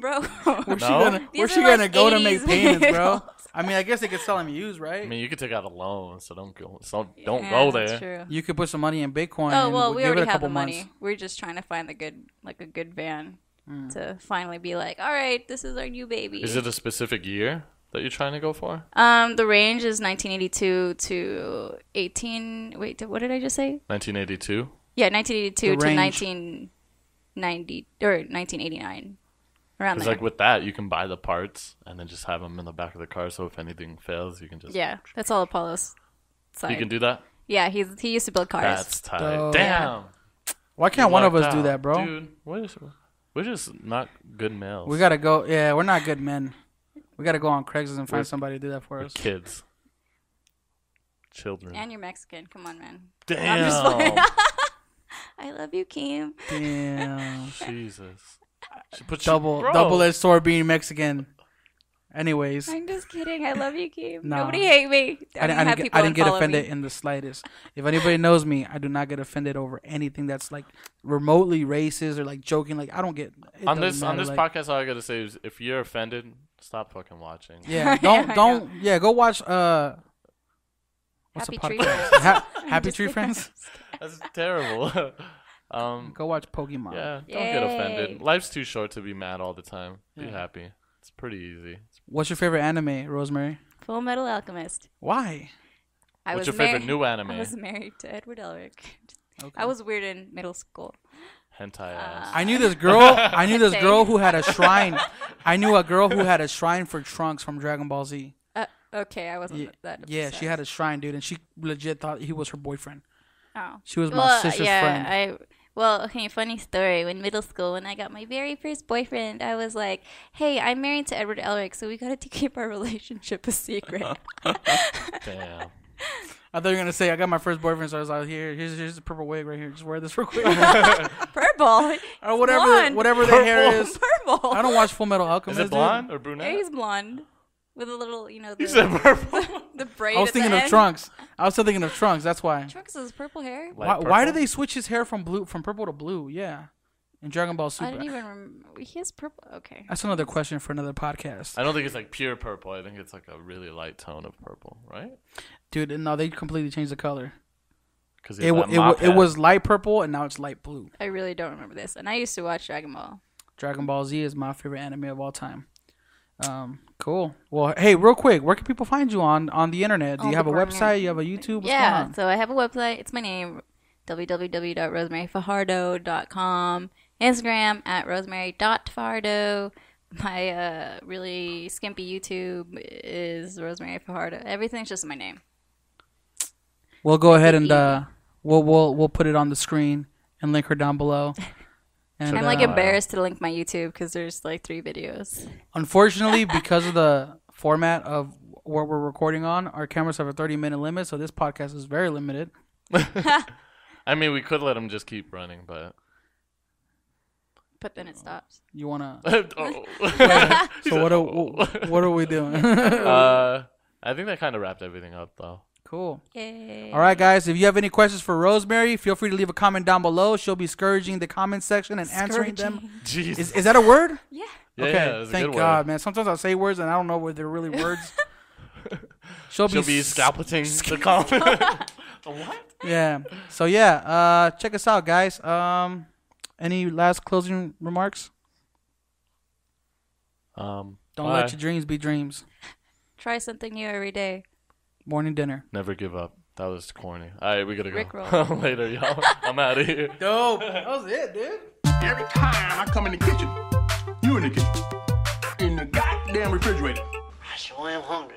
[SPEAKER 5] bro.
[SPEAKER 3] she
[SPEAKER 4] No?
[SPEAKER 3] gonna,
[SPEAKER 5] These
[SPEAKER 3] where's
[SPEAKER 5] are
[SPEAKER 3] she gonna
[SPEAKER 5] like
[SPEAKER 3] go to make
[SPEAKER 5] 80s
[SPEAKER 3] payments, bro?
[SPEAKER 5] vehicles.
[SPEAKER 3] I mean, I guess they could sell them used,
[SPEAKER 4] I
[SPEAKER 3] right?
[SPEAKER 4] mean, you could take out a loan, so don't go. So don't
[SPEAKER 5] Yeah,
[SPEAKER 4] go
[SPEAKER 5] that's
[SPEAKER 4] there.
[SPEAKER 5] true.
[SPEAKER 3] You could put some money in Bitcoin.
[SPEAKER 5] Oh
[SPEAKER 3] and we'll
[SPEAKER 5] well, we
[SPEAKER 3] give it
[SPEAKER 5] already
[SPEAKER 3] a
[SPEAKER 5] have
[SPEAKER 3] couple
[SPEAKER 5] the money.
[SPEAKER 3] months.
[SPEAKER 5] We're just trying to find the good, like a good van
[SPEAKER 3] Hmm.
[SPEAKER 5] to finally be like, all right, this is our new baby.
[SPEAKER 4] Is it a specific year that you're trying to go for?
[SPEAKER 5] um, the range is 1982 to 18. Wait, did- what did I just say?
[SPEAKER 4] 1982.
[SPEAKER 5] Yeah, 1982
[SPEAKER 3] The
[SPEAKER 5] to
[SPEAKER 3] range.
[SPEAKER 5] 1990 or 1989, around
[SPEAKER 4] It's
[SPEAKER 5] there.
[SPEAKER 4] like with that, you can buy the parts and then just have them in the back of the car. So if anything fails, you can just
[SPEAKER 5] yeah, that's all Apollo's side.
[SPEAKER 4] You can do that.
[SPEAKER 5] yeah, he's he used to build cars.
[SPEAKER 4] That's tight.
[SPEAKER 3] Dope.
[SPEAKER 4] Damn.
[SPEAKER 3] Why can't one of
[SPEAKER 4] Lucked
[SPEAKER 3] us do
[SPEAKER 4] out.
[SPEAKER 3] that, bro?
[SPEAKER 4] Dude, what is, we're just not good males.
[SPEAKER 3] We gotta go. Yeah, we're not good men. We gotta go on Craigslist and find somebody to do that for
[SPEAKER 4] We're
[SPEAKER 3] us.
[SPEAKER 4] kids, children.
[SPEAKER 5] and you're Mexican. Come on, man.
[SPEAKER 4] Damn.
[SPEAKER 5] I'm just like- I love you, Kim.
[SPEAKER 3] Damn.
[SPEAKER 4] Jesus. She put you-
[SPEAKER 3] double
[SPEAKER 4] Bro.
[SPEAKER 3] double edged sword being Mexican. Anyways, I,
[SPEAKER 5] I'm just kidding. I love you, Kim.
[SPEAKER 3] Nah.
[SPEAKER 5] Nobody hate me. I'm
[SPEAKER 3] didn't, I
[SPEAKER 5] happy
[SPEAKER 3] didn't get,
[SPEAKER 5] people
[SPEAKER 3] I didn't get
[SPEAKER 5] unfollow
[SPEAKER 3] offended
[SPEAKER 5] me.
[SPEAKER 3] in the slightest. If anybody knows me, I do not get offended over anything that's like remotely racist or like joking. Like I don't get it doesn't
[SPEAKER 4] on this on
[SPEAKER 3] matter,
[SPEAKER 4] this
[SPEAKER 3] like-
[SPEAKER 4] podcast. All I gotta say is, if you're offended, stop fucking watching.
[SPEAKER 3] Yeah,
[SPEAKER 5] I
[SPEAKER 3] don't
[SPEAKER 5] know.
[SPEAKER 3] don't yeah. Go watch uh. What's
[SPEAKER 5] Happy
[SPEAKER 3] the
[SPEAKER 5] Tree
[SPEAKER 3] podcast?
[SPEAKER 5] Friends.
[SPEAKER 3] Ha- Happy
[SPEAKER 5] Just
[SPEAKER 3] Tree
[SPEAKER 5] kidding.
[SPEAKER 3] Friends.
[SPEAKER 4] That's terrible. um,
[SPEAKER 3] Go watch Pokemon.
[SPEAKER 4] yeah, don't get
[SPEAKER 5] Yay.
[SPEAKER 4] offended. Life's too short to be mad all the time. Be
[SPEAKER 3] Yeah.
[SPEAKER 4] happy. It's pretty easy.
[SPEAKER 3] What's your favorite anime, Rosemary?
[SPEAKER 5] Full Metal Alchemist.
[SPEAKER 3] Why?
[SPEAKER 5] I
[SPEAKER 4] What's
[SPEAKER 5] was
[SPEAKER 4] your favorite
[SPEAKER 5] married-
[SPEAKER 4] new anime?
[SPEAKER 5] I was married to Edward Elric.
[SPEAKER 3] Okay.
[SPEAKER 5] I was weird in middle school.
[SPEAKER 4] Hentai
[SPEAKER 5] Uh,
[SPEAKER 4] ass.
[SPEAKER 3] I knew this girl. I knew this
[SPEAKER 5] Same.
[SPEAKER 3] girl who had a shrine. I knew a girl who had a shrine for Trunks from Dragon Ball Z.
[SPEAKER 5] Uh, okay, I wasn't
[SPEAKER 3] Yeah,
[SPEAKER 5] that.
[SPEAKER 3] yeah, she
[SPEAKER 5] obsessed.
[SPEAKER 3] had a shrine, dude, and she legit thought he was her boyfriend.
[SPEAKER 5] Oh.
[SPEAKER 3] She was my
[SPEAKER 5] well,
[SPEAKER 3] sister's
[SPEAKER 5] yeah,
[SPEAKER 3] friend.
[SPEAKER 5] I well, okay, funny story. When middle school, when I got my very first boyfriend, I was like, "Hey, I'm married to Edward Elric, so we got to keep our relationship a secret."
[SPEAKER 4] Damn.
[SPEAKER 3] I thought you were gonna say I got my first boyfriend, so I was like, here, here's here's the purple wig right here. Just wear this real quick,
[SPEAKER 5] purple
[SPEAKER 3] or whatever,
[SPEAKER 5] Blonde.
[SPEAKER 3] whatever the hair is.
[SPEAKER 5] purple.
[SPEAKER 3] I don't watch Full Metal Alchemist.
[SPEAKER 4] Is it
[SPEAKER 3] dude.
[SPEAKER 4] blonde or
[SPEAKER 5] Yeah,
[SPEAKER 4] brunette?
[SPEAKER 5] he's blonde with a little, you know,
[SPEAKER 4] He said
[SPEAKER 5] the,
[SPEAKER 4] purple.
[SPEAKER 5] the braid.
[SPEAKER 3] I was
[SPEAKER 5] at the
[SPEAKER 3] thinking of
[SPEAKER 5] end.
[SPEAKER 3] Trunks. I was still thinking of Trunks. That's why.
[SPEAKER 5] Trunks has purple hair.
[SPEAKER 3] Why,
[SPEAKER 4] Light
[SPEAKER 3] why do
[SPEAKER 4] purple?
[SPEAKER 3] they switch his hair from blue from purple to blue? Yeah, in Dragon Ball
[SPEAKER 5] I
[SPEAKER 3] Super.
[SPEAKER 5] didn't even. Rem- he has purple. Okay.
[SPEAKER 3] That's another question for another podcast,
[SPEAKER 4] I don't think it's like pure purple. I think it's like a really light tone of purple, right?
[SPEAKER 3] dude. and No, they completely changed the color.
[SPEAKER 4] Because
[SPEAKER 3] It wa- it, wa- it was light purple, and now it's light blue.
[SPEAKER 5] I really don't remember this, and I used to watch Dragon Ball.
[SPEAKER 3] Dragon Ball Z is my favorite anime of all time. Um, cool. Well, hey, real quick, where can people find you on on the internet? Do
[SPEAKER 5] On
[SPEAKER 3] you
[SPEAKER 5] the
[SPEAKER 3] have a
[SPEAKER 5] ground.
[SPEAKER 3] website? You have a YouTube? What's
[SPEAKER 5] yeah,
[SPEAKER 3] going on?
[SPEAKER 5] so I have a website. It's my name, www.rosemaryfajardo.com. Instagram at rosemary.fajardo. My uh, really skimpy YouTube is Rosemary Fajardo. Everything's just my name.
[SPEAKER 3] We'll go ahead and uh, we'll we'll we'll put it on the screen and link her down below. And
[SPEAKER 5] I'm like
[SPEAKER 3] uh,
[SPEAKER 5] embarrassed to link my YouTube because there's like three videos.
[SPEAKER 3] unfortunately, because of the format of what we're recording on, our cameras have a 30 minute limit, so this podcast is very limited.
[SPEAKER 4] I mean, we could let him just keep running, but
[SPEAKER 5] But then it stops.
[SPEAKER 3] You wanna?
[SPEAKER 4] Oh.
[SPEAKER 3] So what are wh- what are we doing?
[SPEAKER 4] uh, I think that kind of wrapped everything up, though.
[SPEAKER 3] cool.
[SPEAKER 5] Yay.
[SPEAKER 3] All right, guys. If you have any questions for Rosemary, feel free to leave a comment down below. She'll be scourging the comment section and answering them.
[SPEAKER 4] Jesus.
[SPEAKER 3] Is, is that a word?
[SPEAKER 5] Yeah.
[SPEAKER 4] Yeah,
[SPEAKER 3] okay.
[SPEAKER 4] yeah, that was a
[SPEAKER 3] thank
[SPEAKER 4] good
[SPEAKER 3] God,
[SPEAKER 4] word.
[SPEAKER 3] man. Sometimes I'll say words and I don't know whether they're really words. She'll,
[SPEAKER 4] She'll be
[SPEAKER 3] s-
[SPEAKER 4] scalping the comment. what?
[SPEAKER 3] Yeah. So yeah, uh, check us out, guys. Um, any last closing remarks?
[SPEAKER 4] Um,
[SPEAKER 3] Don't
[SPEAKER 4] bye.
[SPEAKER 3] let your dreams be dreams.
[SPEAKER 5] Try something new every day.
[SPEAKER 3] Morning dinner.
[SPEAKER 4] Never give up. That was corny. All right, we gotta go.
[SPEAKER 5] Rickroll.
[SPEAKER 4] Later, y'all. I'm out of here.
[SPEAKER 3] Dope. that was it, dude.
[SPEAKER 1] Every time I come in the kitchen, you in the kitchen. In the goddamn refrigerator.
[SPEAKER 2] I sure am hungry.